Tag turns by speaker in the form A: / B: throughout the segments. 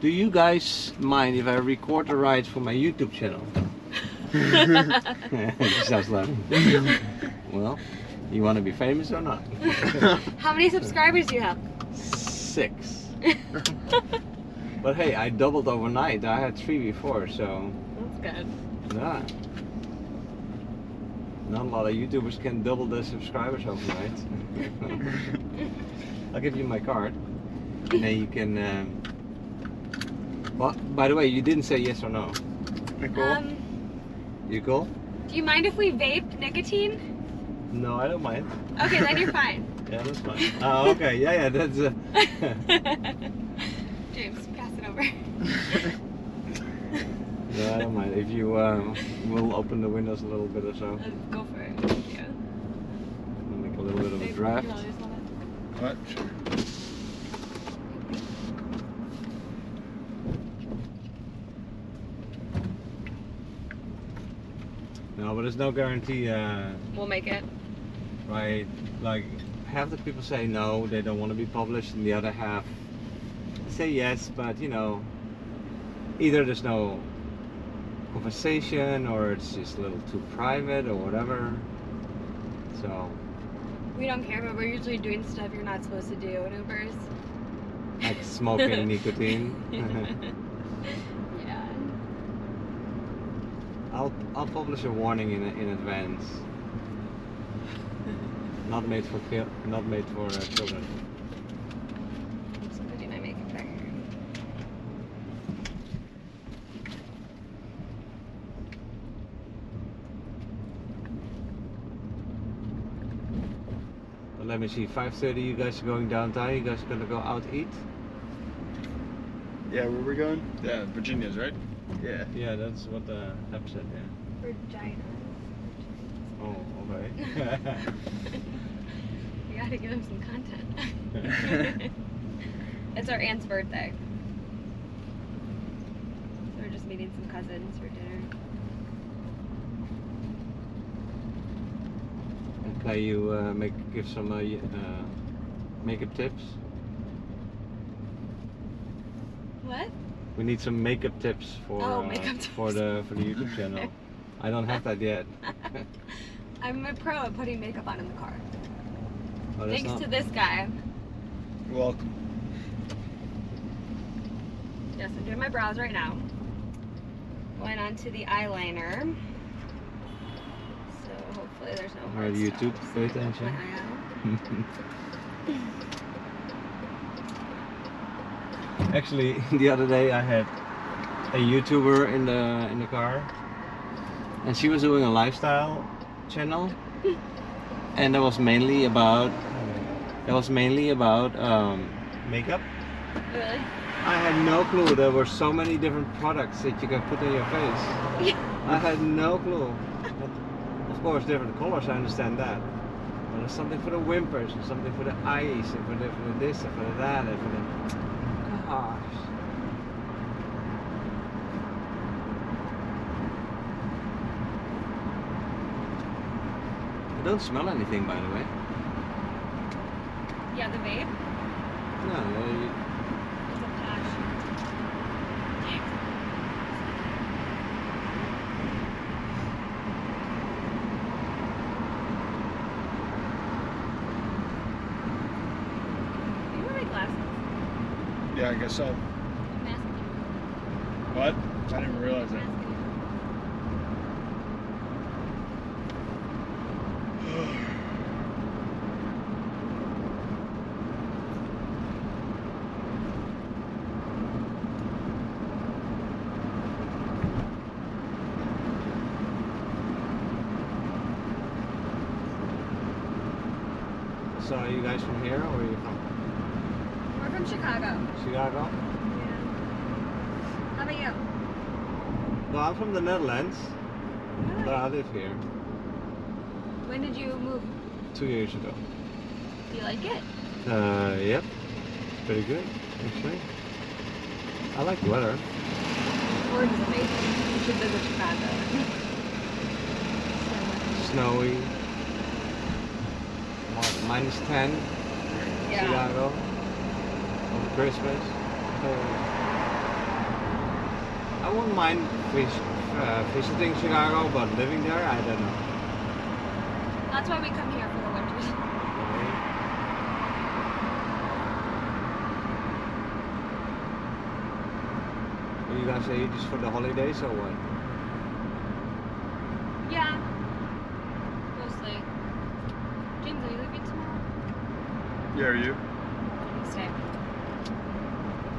A: Do you guys mind if I record a ride for my YouTube channel? she starts laughing. well, you want to be famous or not?
B: How many subscribers do you have?
A: Six.
B: That's
A: But hey, I doubled overnight. I had three before, so
B: good.
A: yeah. Not a lot of YouTubers can double their subscribers overnight. I'll give you my card, and then you can. Um... Well, by the way, you didn't say yes or no.
B: Um,
A: You cool?
B: do you mind if we vape nicotine?
A: No, I don't mind.
B: Okay, then you're fine.
A: Yeah, that's fine. Oh, okay. Yeah, yeah, that's. Uh...
B: James, pass it over.
A: no, I don't mind. If you um, will open the windows a little bit or so,
B: Uh, go for it. Yeah.
A: and make a little bit of a
B: Vape,
A: draft.
B: you always wanna-
C: What? Sure.
A: No, but there's no guarantee. Uh,
B: We'll make it.
A: right? Like half the people say no, they don't want to be published, and the other half say yes, but you know, either there's no conversation, or it's just a little too private, or whatever. So
B: We don't care, but we're usually doing stuff you're not supposed to do in Ubers.
A: like smoking nicotine.
B: yeah.
A: I'll I'll publish a warning in in advance. Not made for chil- not made for uh, children.
B: Oops, I'm putting my makeup back.
A: But let me see. 5:30. You guys are going downtown. You guys are gonna go out eat.
C: Yeah, where we going?
D: Yeah, Virginia's right.
C: Yeah.
A: Yeah, that's what the app said. Yeah.
B: Regina.
A: Oh,
B: we gotta give him some content. it's our aunt's birthday. So we're just meeting some cousins for dinner.
A: and can you uh, make give some uh, y- uh, makeup tips?
B: What?
A: We need some makeup tips for
B: Oh,
A: uh,
B: makeup
A: for
B: tips.
A: the for the YouTube channel. I don't have that yet.
B: I'm a pro at putting makeup on in the car.
A: Oh, that's
B: Thanks
A: not.
B: to this guy.
C: Welcome.
B: Yes, I'm doing my brows right now. Going on to the eyeliner. So hopefully there's no hard
A: Alright, YouTube,
B: stops.
A: pay
B: Watch my
A: attention.
B: eye out.
A: Actually, the other day I had a YouTuber in the in the car, and she was doing a lifestyle channel, and that was mainly about that was mainly about um, makeup.
B: Really?
A: I had no clue there were so many different products that you can put on your face.
B: Oh,
A: I had no clue. of course, different colors, I understand that. But there's something for the whimpers, and something for the eyes, and for, the, for the this, and for the that, and for the. Gosh. I don't smell anything, by the way.
B: Yeah, the vape.
A: No, you-
B: It's a passion. You wear my glasses.
D: Yeah, I guess so.
B: I'm asking
D: What? I didn't realize
B: you. I'm
D: that.
B: asking you.
A: so are you guys from here, or are you from
B: We're from Chicago.
A: Chicago?
B: Yeah. How about you?
A: Well, I'm from the Netherlands, but I live here
B: When did you move?
A: two years ago.
B: Do you like it?
A: Uh, yep, pretty good actually. I like the weather.
B: Florida's amazing. You should visit Chicago.
A: Snowy. What, minus ten,
B: yeah.
A: Chicago. Over Christmas. Uh, I wouldn't mind vis- uh, visiting Chicago, but living there, I don't know.
B: That's why we come here for the winters.
A: Are you guys here just for the holidays or what?
B: Yeah. Mostly. James, are you leaving tomorrow?
D: Yeah, are you?
B: I'm staying.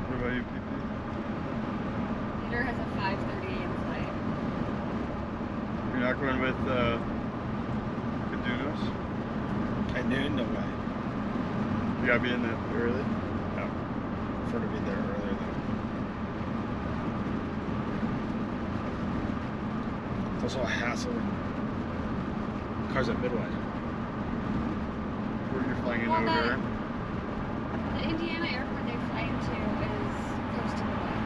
D: What about you, PP?
B: Peter has a 5:30 a.m. flight.
D: You're not going with uh, Cadunos?
C: At noon, no way.
D: You gotta be in that early.
C: Prefer to be there earlier though. It's also a hassle. Cars at Midway.
D: Where you're flying in
B: Well,
D: over.
B: that- The Indiana airport they fly into is close to the lake.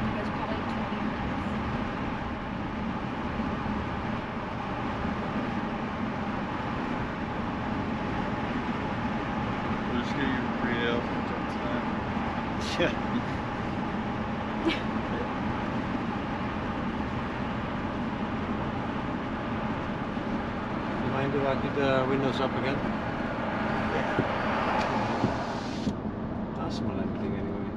B: Like it's probably 20 minutes.
D: We're just getting real from time to time.
C: Yeah.
A: Mind if I get the windows up again? I smell everything anyway.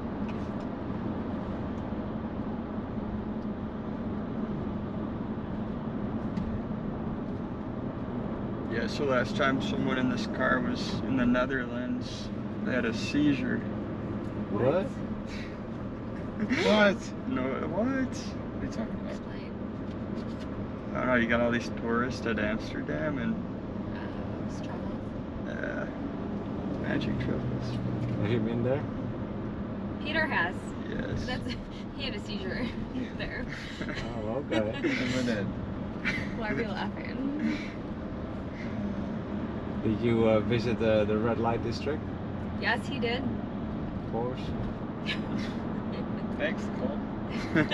D: Yeah, so last time someone in this car was in the Netherlands, they had a seizure.
A: What?
D: what? No, what? What are you talking about?
B: Explain.
D: I don't know, you got all these tourists at Amsterdam and
B: Uh, it's trouble.
D: uh, magic troubles.
A: Have you been there?
B: Peter has.
D: Yes.
B: That's he had a seizure there.
A: Oh, okay.
C: And we're dead.
B: Why are we laughing?
A: Did you uh, visit the, the red light district?
B: Yes, he did.
A: Of course.
C: Thanks, Cole.
A: I'm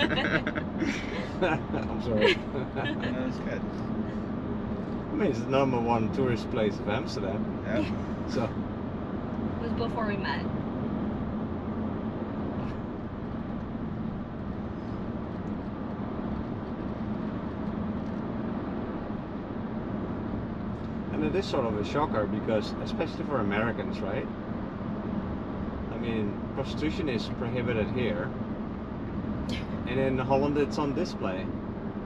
A: sorry. I
C: That was good.
A: mean, it's the number one tourist place of Amsterdam.
C: Yeah.
A: So,
B: was before we met.
A: and it is sort of a shocker because, especially for Americans, right? I mean, prostitution is prohibited here, and in Holland it's on display.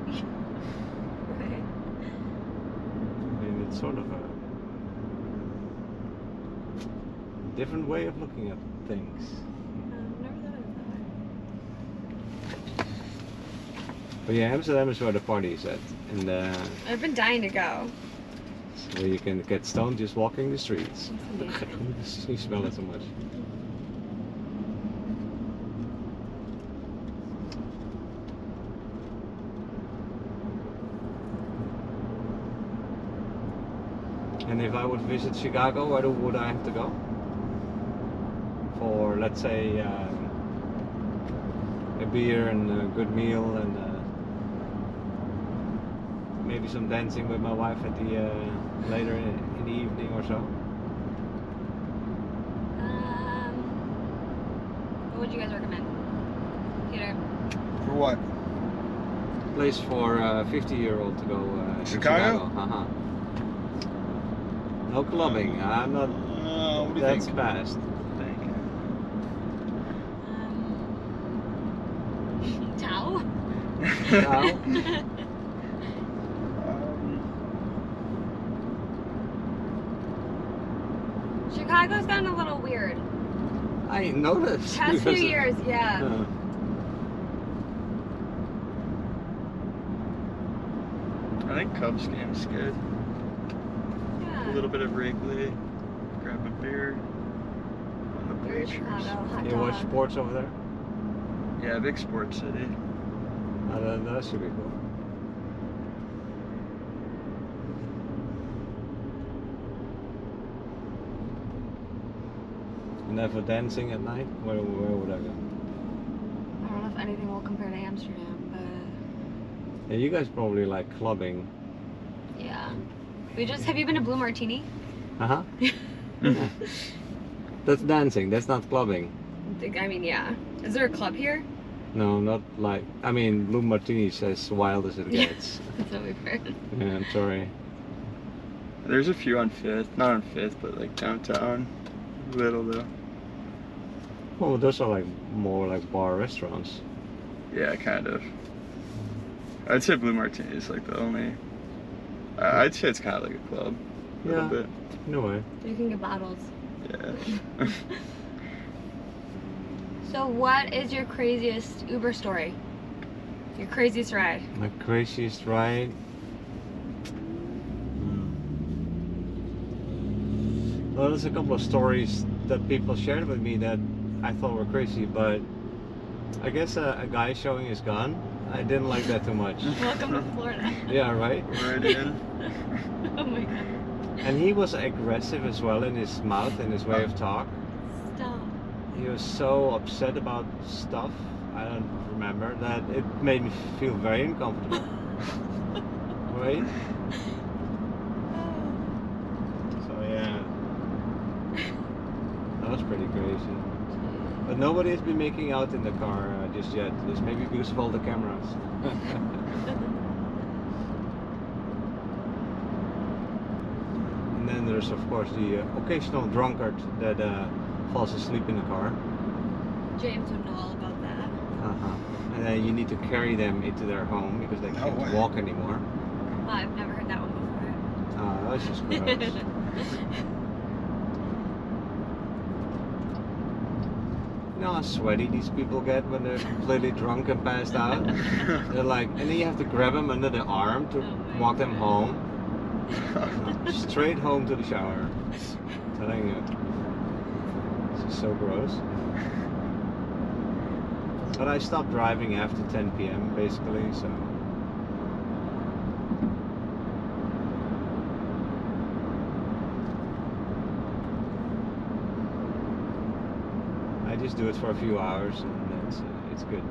B: Right.
A: I mean, it's sort of a different way of looking at things.
B: Um, never thought of it that way.
A: But yeah, Amsterdam is where the party is at, and uh,
B: I've been dying to go.
A: it's where you can get stoned just walking the streets.
B: It's
A: you smell it so much. And if I would visit Chicago, where do- would I have to go? For let's say um, a beer and a good meal and uh, maybe some dancing with my wife at the uh, later in, in the evening or so.
B: Um, what would you guys recommend? Peter,
C: For what?
A: place for a 50 year old to go uh, in
C: Chicago?
A: Chicago. Uh-huh. No clubbing. I'm not.
C: Uh, what do you
A: that's
C: think?
A: fast.
B: um, Tao?
A: Tao?
D: Um,
B: Chicago's gotten a little weird.
A: I ain't noticed.
B: Past few
A: because-
B: years, yeah.
A: Uh,
D: I think Cubs game's good. A
B: yeah.
D: little bit of Wrigley, grab a beer on the
B: We're in
D: bleachers.
B: Chicago, hot
A: you watch
B: dog.
A: sports over there?
D: Yeah, big sports city.
A: I don't know. That should be cool. And then for dancing at night, where, where would I go?
B: I don't know if anything will compare to Amsterdam,
A: Yeah, you guys probably like clubbing.
B: but yeah. We just have you been to Blue Martini?
A: Uh-huh. Uh huh. that's dancing. That's not clubbing.
B: think- I mean, yeah. Is there a club here?
A: No, not like. I mean, Blue Martini says wild as it
B: Yeah.
A: gets.
B: That's what we've heard.
A: yeah, I'm sorry.
D: There's a few on Fifth, not on Fifth, but like downtown. Little though.
A: Well, those are like more like bar restaurants.
D: Yeah, kind of. I'd say Blue Martini is like the only. I I'd say it's kind of like a club. A
A: Yeah.
D: little bit.
A: No way.
B: You can get bottles.
D: Yeah.
B: So, what is your craziest Uber story? Your craziest ride?
A: My craziest ride. Hmm. Well, there's a couple of stories that people shared with me that I thought were crazy, but I guess a, a guy showing his gun. I didn't like that too much.
B: Welcome to Florida.
A: yeah, right.
D: Right in.
B: oh my god.
A: And he was aggressive as well in his mouth and his way of talk.
B: Stop.
A: He was so upset about stuff. I don't remember that. It made me feel very uncomfortable. right. So yeah, that was pretty crazy.
C: Mm.
A: But nobody has been making out in the car uh, just yet. It's maybe because of all the cameras. and then there's of course the uh, occasional drunkard that uh, falls asleep in the car.
B: James would know all about that.
A: Uh-huh. And then you need to carry them into their home because they
C: No
A: can't
C: way.
A: walk anymore.
B: Wow, I've never heard that one
A: Uh, that was just gross.
B: before.
A: you know how sweaty these people get when they're completely drunk and passed out? They're like, and then you have to grab them under the arm to
B: Oh my
A: walk them
B: God.
A: home. Straight home to the shower. telling you. This is so gross. But I stopped driving after 10 p.m. basically, so. I just do it for a few hours and it's, uh, it's good.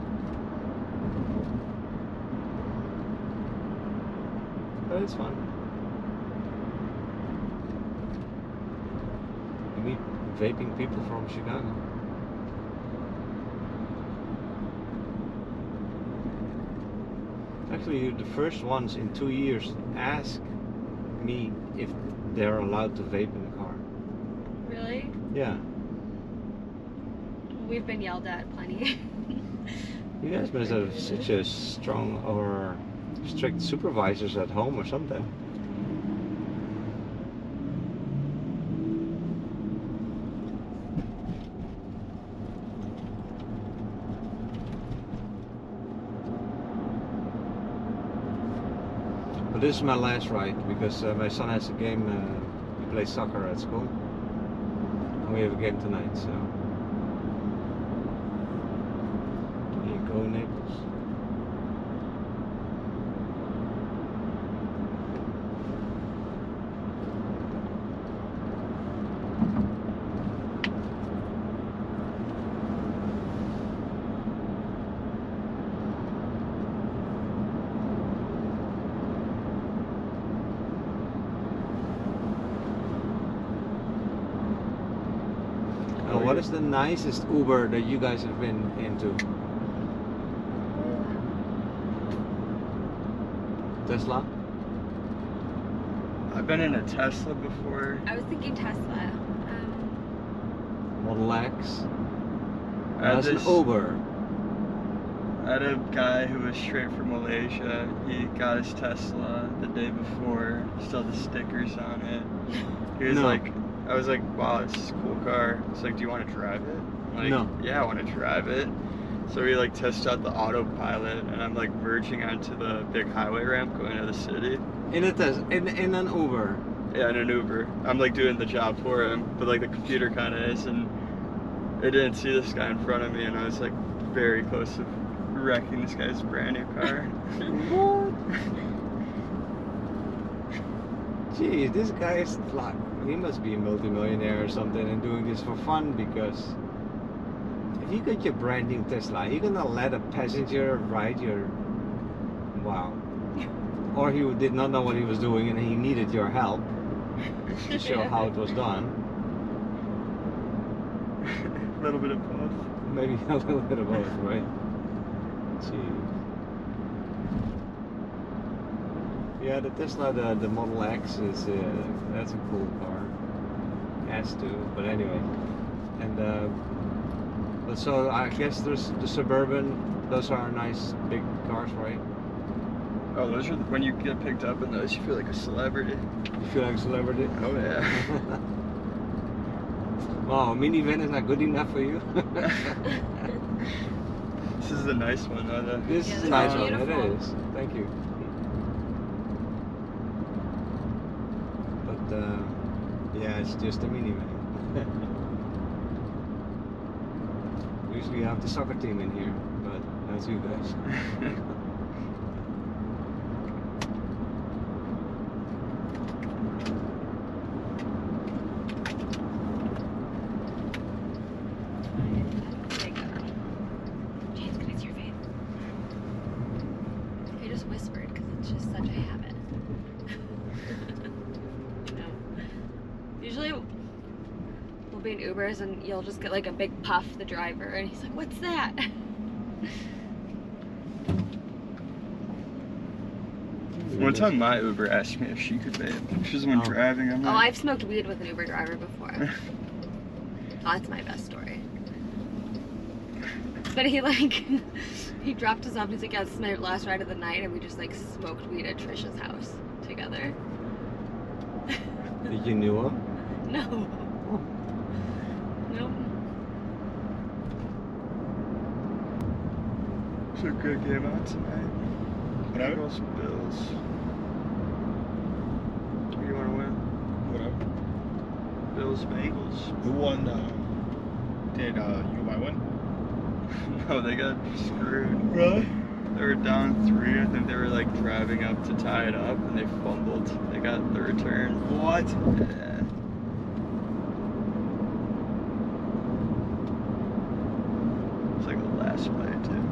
A: But it's fun. You meet vaping people from Chicago. Actually, you're the first ones in two years ask me if they're allowed to vape in the car.
B: really?
A: Yeah,
B: We've been yelled at plenty.
A: you guys must have such a strong or strict supervisors at home or something. But this is my last ride because uh, my son has a game. Uh, he plays soccer at school, and we have a game tonight. So there you go, Naples. Uh, what is the nicest Uber that you guys have been into? Tesla?
D: I've been in a Tesla before.
B: I was thinking Tesla. Um,
A: Model X?
D: I had,
A: That's oh, an
D: this,
A: Uber.
D: I had a guy who was straight from Malaysia. He got his Tesla the day before. Still the stickers on it. He was
A: No.
D: like, I was like, wow, this is a cool car. It's like, do you want to drive it? I'm like,
A: No.
D: Yeah, I want to drive it. So we like tested out the autopilot, and I'm like verging onto the big highway ramp going to the city.
A: In a Tesla. In, in an Uber.
D: Yeah, in an Uber. I'm like doing the job for him, but like the computer kind of is, and I didn't see this guy in front of me, and I was like very close to wrecking this guy's brand new car.
A: Jeez, this guy is like, he must be a multimillionaire or something and doing this for fun because if you got your brand new Tesla, you're gonna let a passenger ride your. Wow. Or he did not know what he was doing and he needed your help to show how it was done.
D: A little bit of both.
A: Maybe a little bit of both, right? Gee. Yeah, the Tesla, the, the Model X is uh, that's a cool car. Has to, but anyway. And uh, but so I guess there's the Suburban. Those are nice big cars, right?
D: Oh, those are when you get picked up in those, you feel like a celebrity.
A: You feel like a celebrity.
D: Oh yeah.
A: wow, minivan is not good enough for you.
D: this is a nice one, though. the-
A: this
B: Yeah,
A: is
B: they're
A: a nice one. It
B: beautiful.
A: is. Thank you. But uh, yeah, it's just a minivan. Usually, I have the soccer team in here, but that's you guys.
B: James, can I see your face? I just whispered because it's just such a habit. you know. Usually we'll be in Ubers and you'll just get like a big puff, the driver, and he's like, What's that?
D: One time, my Uber asked me if she could vape. She's the one
A: Oh.
D: driving. I'm
B: Oh,
D: like,
B: I've smoked weed with an Uber driver before. Oh, That's my best story. But he like he dropped us off. He's like, "Yeah, this is my last ride of the night," and we just like smoked weed at Trisha's house together.
A: Did you knew him?
B: No. Nope.
D: it's a good game out tonight.
C: Whatever.
D: Eagles, Bills. You want to win?
C: Whatever.
D: Bills, Bengals.
C: Who won? Um, did uh, you and I win?
D: no, they got screwed.
C: Really?
D: They were down three. I think they were like driving up to tie it up, and they fumbled. They got the return.
C: What?
D: Yeah. It's like the last play too.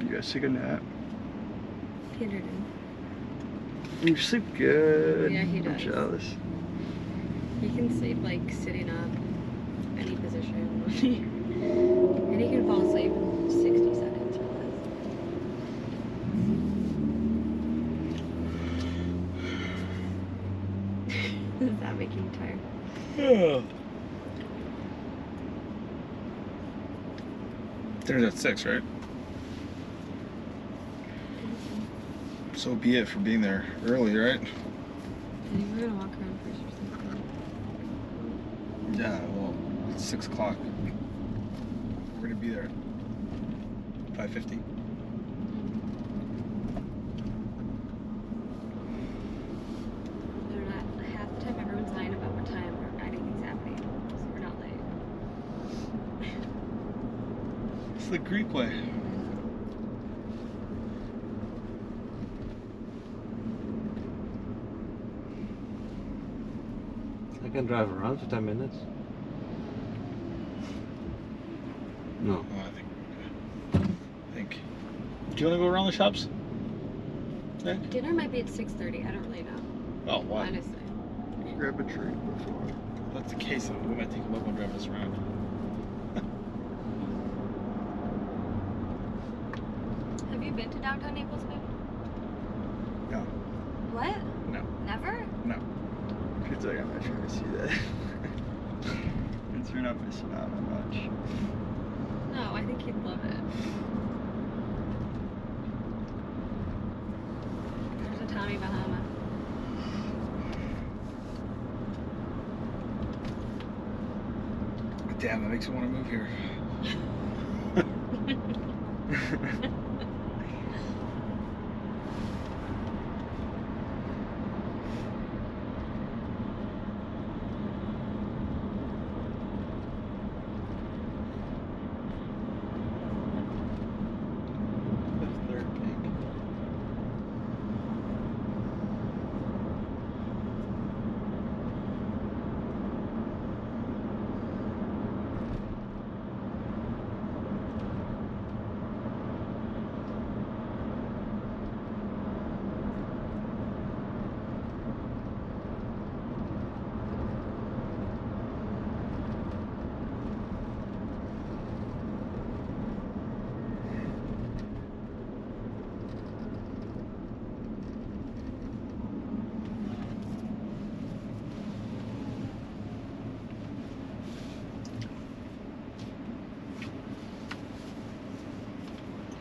D: You guys take a nap.
B: Peter did.
D: You sleep good.
B: Yeah, he
D: I'm
B: does.
D: jealous.
B: He can sleep like sitting up, any position, and he can fall asleep in 60 seconds or less. Does that make you tired?
C: Dinner's at six, right? So be it for being there early, right?
B: I think we're gonna walk around first or something.
C: Yeah, well, it's six o'clock. We're gonna be there. Five fifty.
B: They're not half the time everyone's lying about what time or anything's happening, so we're not late.
C: It's the Greek way.
A: I can drive around for 10 minutes. No.
C: Oh, I think. I think. Do you want to go around the shops?
B: Dinner might be at 6:30. I don't really know,
C: Oh, wow.
B: honestly.
D: Grab a drink before.
C: If that's the case, then we might take a local drive us around.
B: Have you been to downtown Naples, babe?
C: No.
B: What?
C: No.
B: Never?
D: It's like I'm not trying to see that. Since you're not missing out on much.
B: No, I think he'd love it. There's a Tommy Bahama.
C: Damn, that makes me want to move here.
D: The third pick.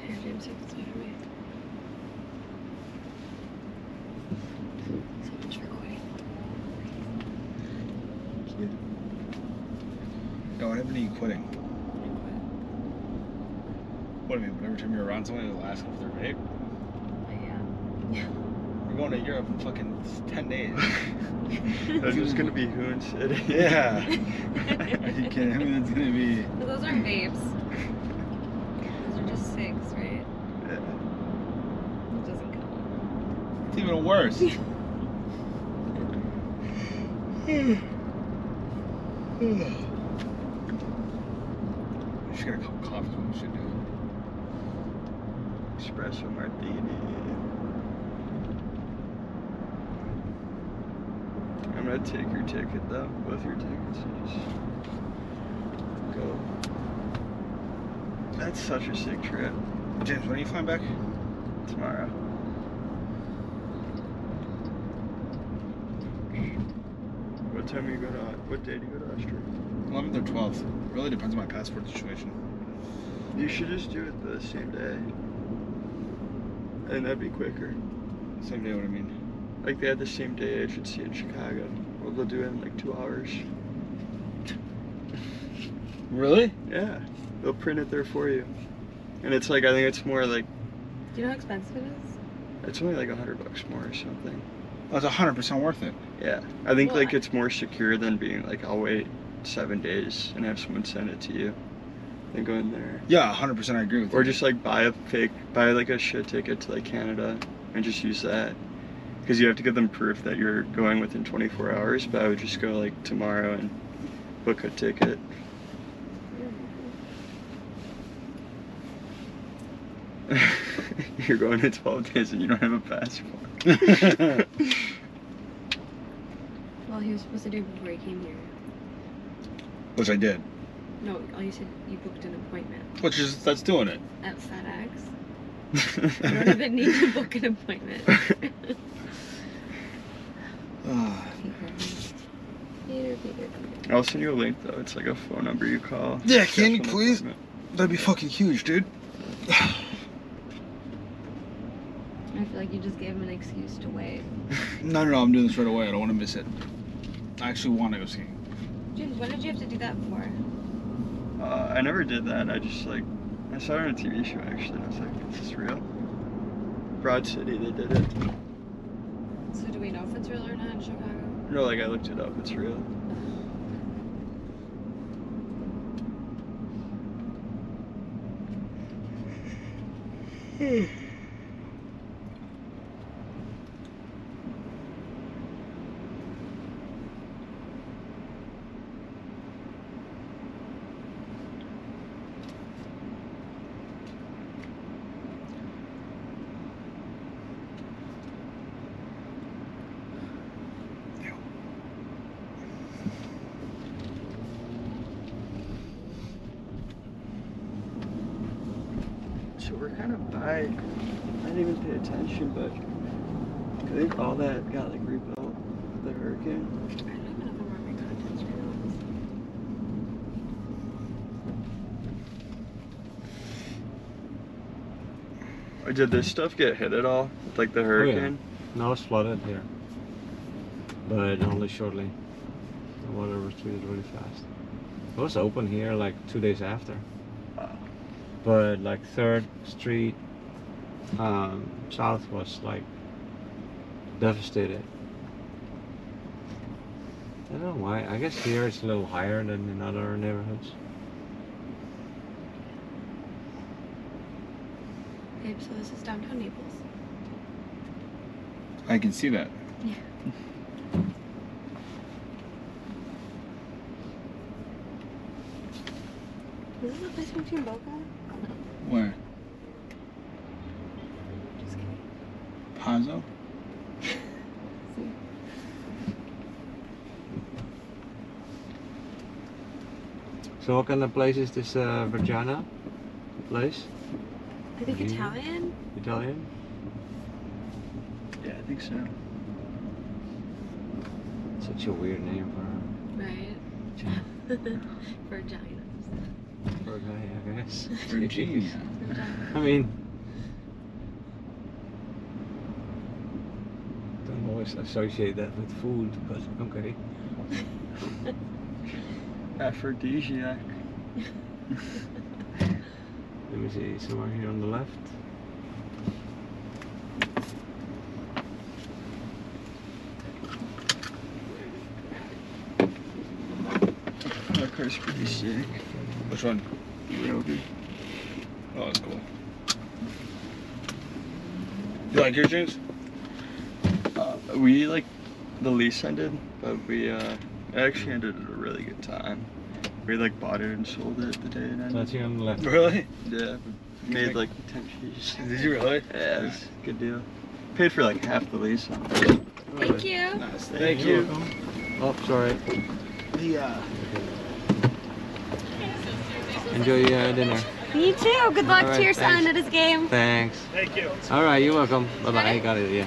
B: I'm so far away. So much for recording.
C: No, what happened to you quitting? What do you mean? Every time you're around someone, it'll ask if they're vape.
B: But yeah.
C: We're going to Europe in fucking ten days.
D: That's just gonna be Hoon City.
C: yeah. Are
B: But
C: you kidding? I mean, it's gonna be.
B: those aren't vapes. Those are just cigs, right? It doesn't count.
C: It's even worse. we should get a cup of coffee. is What we should do.
D: Espresso martini. I'm gonna take your ticket though, both your tickets. and just Go. That's such a sick trip.
C: James, when are you flying back?
D: Tomorrow. What time you go to? What day do you go to Austria?
C: 11th or 12th. Really depends on my passport situation.
D: You should just do it the same day. And that'd be quicker.
C: Same day, what I mean.
D: Like they had the same day agency in Chicago. Well, they'll do it in like two hours.
C: Really?
D: Yeah, they'll print it there for you. And it's like I think it's more like
B: Do you know how expensive it is?
D: it's only like a hundred bucks more or something.
C: That's 100% worth it.
D: Yeah, I think
B: Well,
D: like
B: I-
D: it's more secure than being like I'll wait seven days and have someone send it to you, and go in there.
C: Yeah, 100% I agree with you.
D: Or just like buy a fake, buy like a shit ticket to like Canada and just use that. Because you have to give them proof that you're going within 24 hours, but I would just go like tomorrow and book a ticket. you're going in 12 days and you don't have a passport.
B: Well, he was supposed to do it before he came here.
C: Which I did.
B: No, all you said you booked an appointment
C: Which is, that's doing it.
B: at FedEx. You don't even need to book an appointment. Peter, Peter,
D: I'll send you a link though. It's like a phone number you call.
C: Yeah, can you
D: Schedule an
C: please?
D: appointment.
C: That'd be fucking huge, dude.
B: I feel like you just gave him an excuse to wait.
C: No, no, no, I'm doing this right away. I don't want to miss it. I actually want to go skiing.
B: James, when did you have to do that for?
D: Uh, I never did that. I just like I saw it on a TV show actually, and I was like, "Is this real?" Broad City, they did it.
B: So do we know if it's real or not in Chicago?
D: No, like I looked it up. It's real. So we're kind of by. I didn't even pay attention, but I think all that got like rebuilt with the hurricane.
B: I don't even know if I'm on my contacts right now.
D: Or Oh, did this stuff get hit at all? With, like the
A: yeah.
D: hurricane?
A: Now it's flooded here, but only shortly. The water retreated really fast. It was open here like two days after,
D: Wow.
A: but like Third Street um, South was like devastated. I don't know why. I guess here it's a little higher than in other neighborhoods.
B: Babe, so this is downtown Naples.
C: I can see that.
B: Is this the place we went to in Boca?
C: Where?
B: Just kidding.
C: Pazzo?
A: So what kind of place is this uh, Virginia place?
B: I think
A: Mhm.
B: Italian.
A: Italian?
D: Yeah, I think so.
A: Such a weird name for
B: Right.
A: Virginia.
B: Virginas.
A: For a guy, I guess.
C: Virginia.
B: Virginia.
A: I mean, always associate that with food, but okay.
D: Aphrodisiac.
A: Let me see, somewhere here on the left.
D: That car's pretty sick.
C: Which one?
D: Roby.
C: Oh, that's cool. You like your drinks?
D: Uh, we like the lease ended, but we uh it actually ended at a really good time. We like bought it and sold it the day it ended.
A: That's here on the left.
C: Really?
D: yeah, we made like ten cheese.
C: Did you really?
D: Yeah, it was a good deal. Paid for like half the lease.
B: Thank you.
D: Nice,
C: Thank
A: You're
C: you.
A: welcome. Oh, sorry.
C: The uh,
A: Enjoy your uh, dinner.
B: You too. Good luck
A: All right,
B: to your son
A: thanks.
B: at his game.
A: Thanks.
C: thank you.
A: All right, you're welcome. Bye bye. I got it, yeah.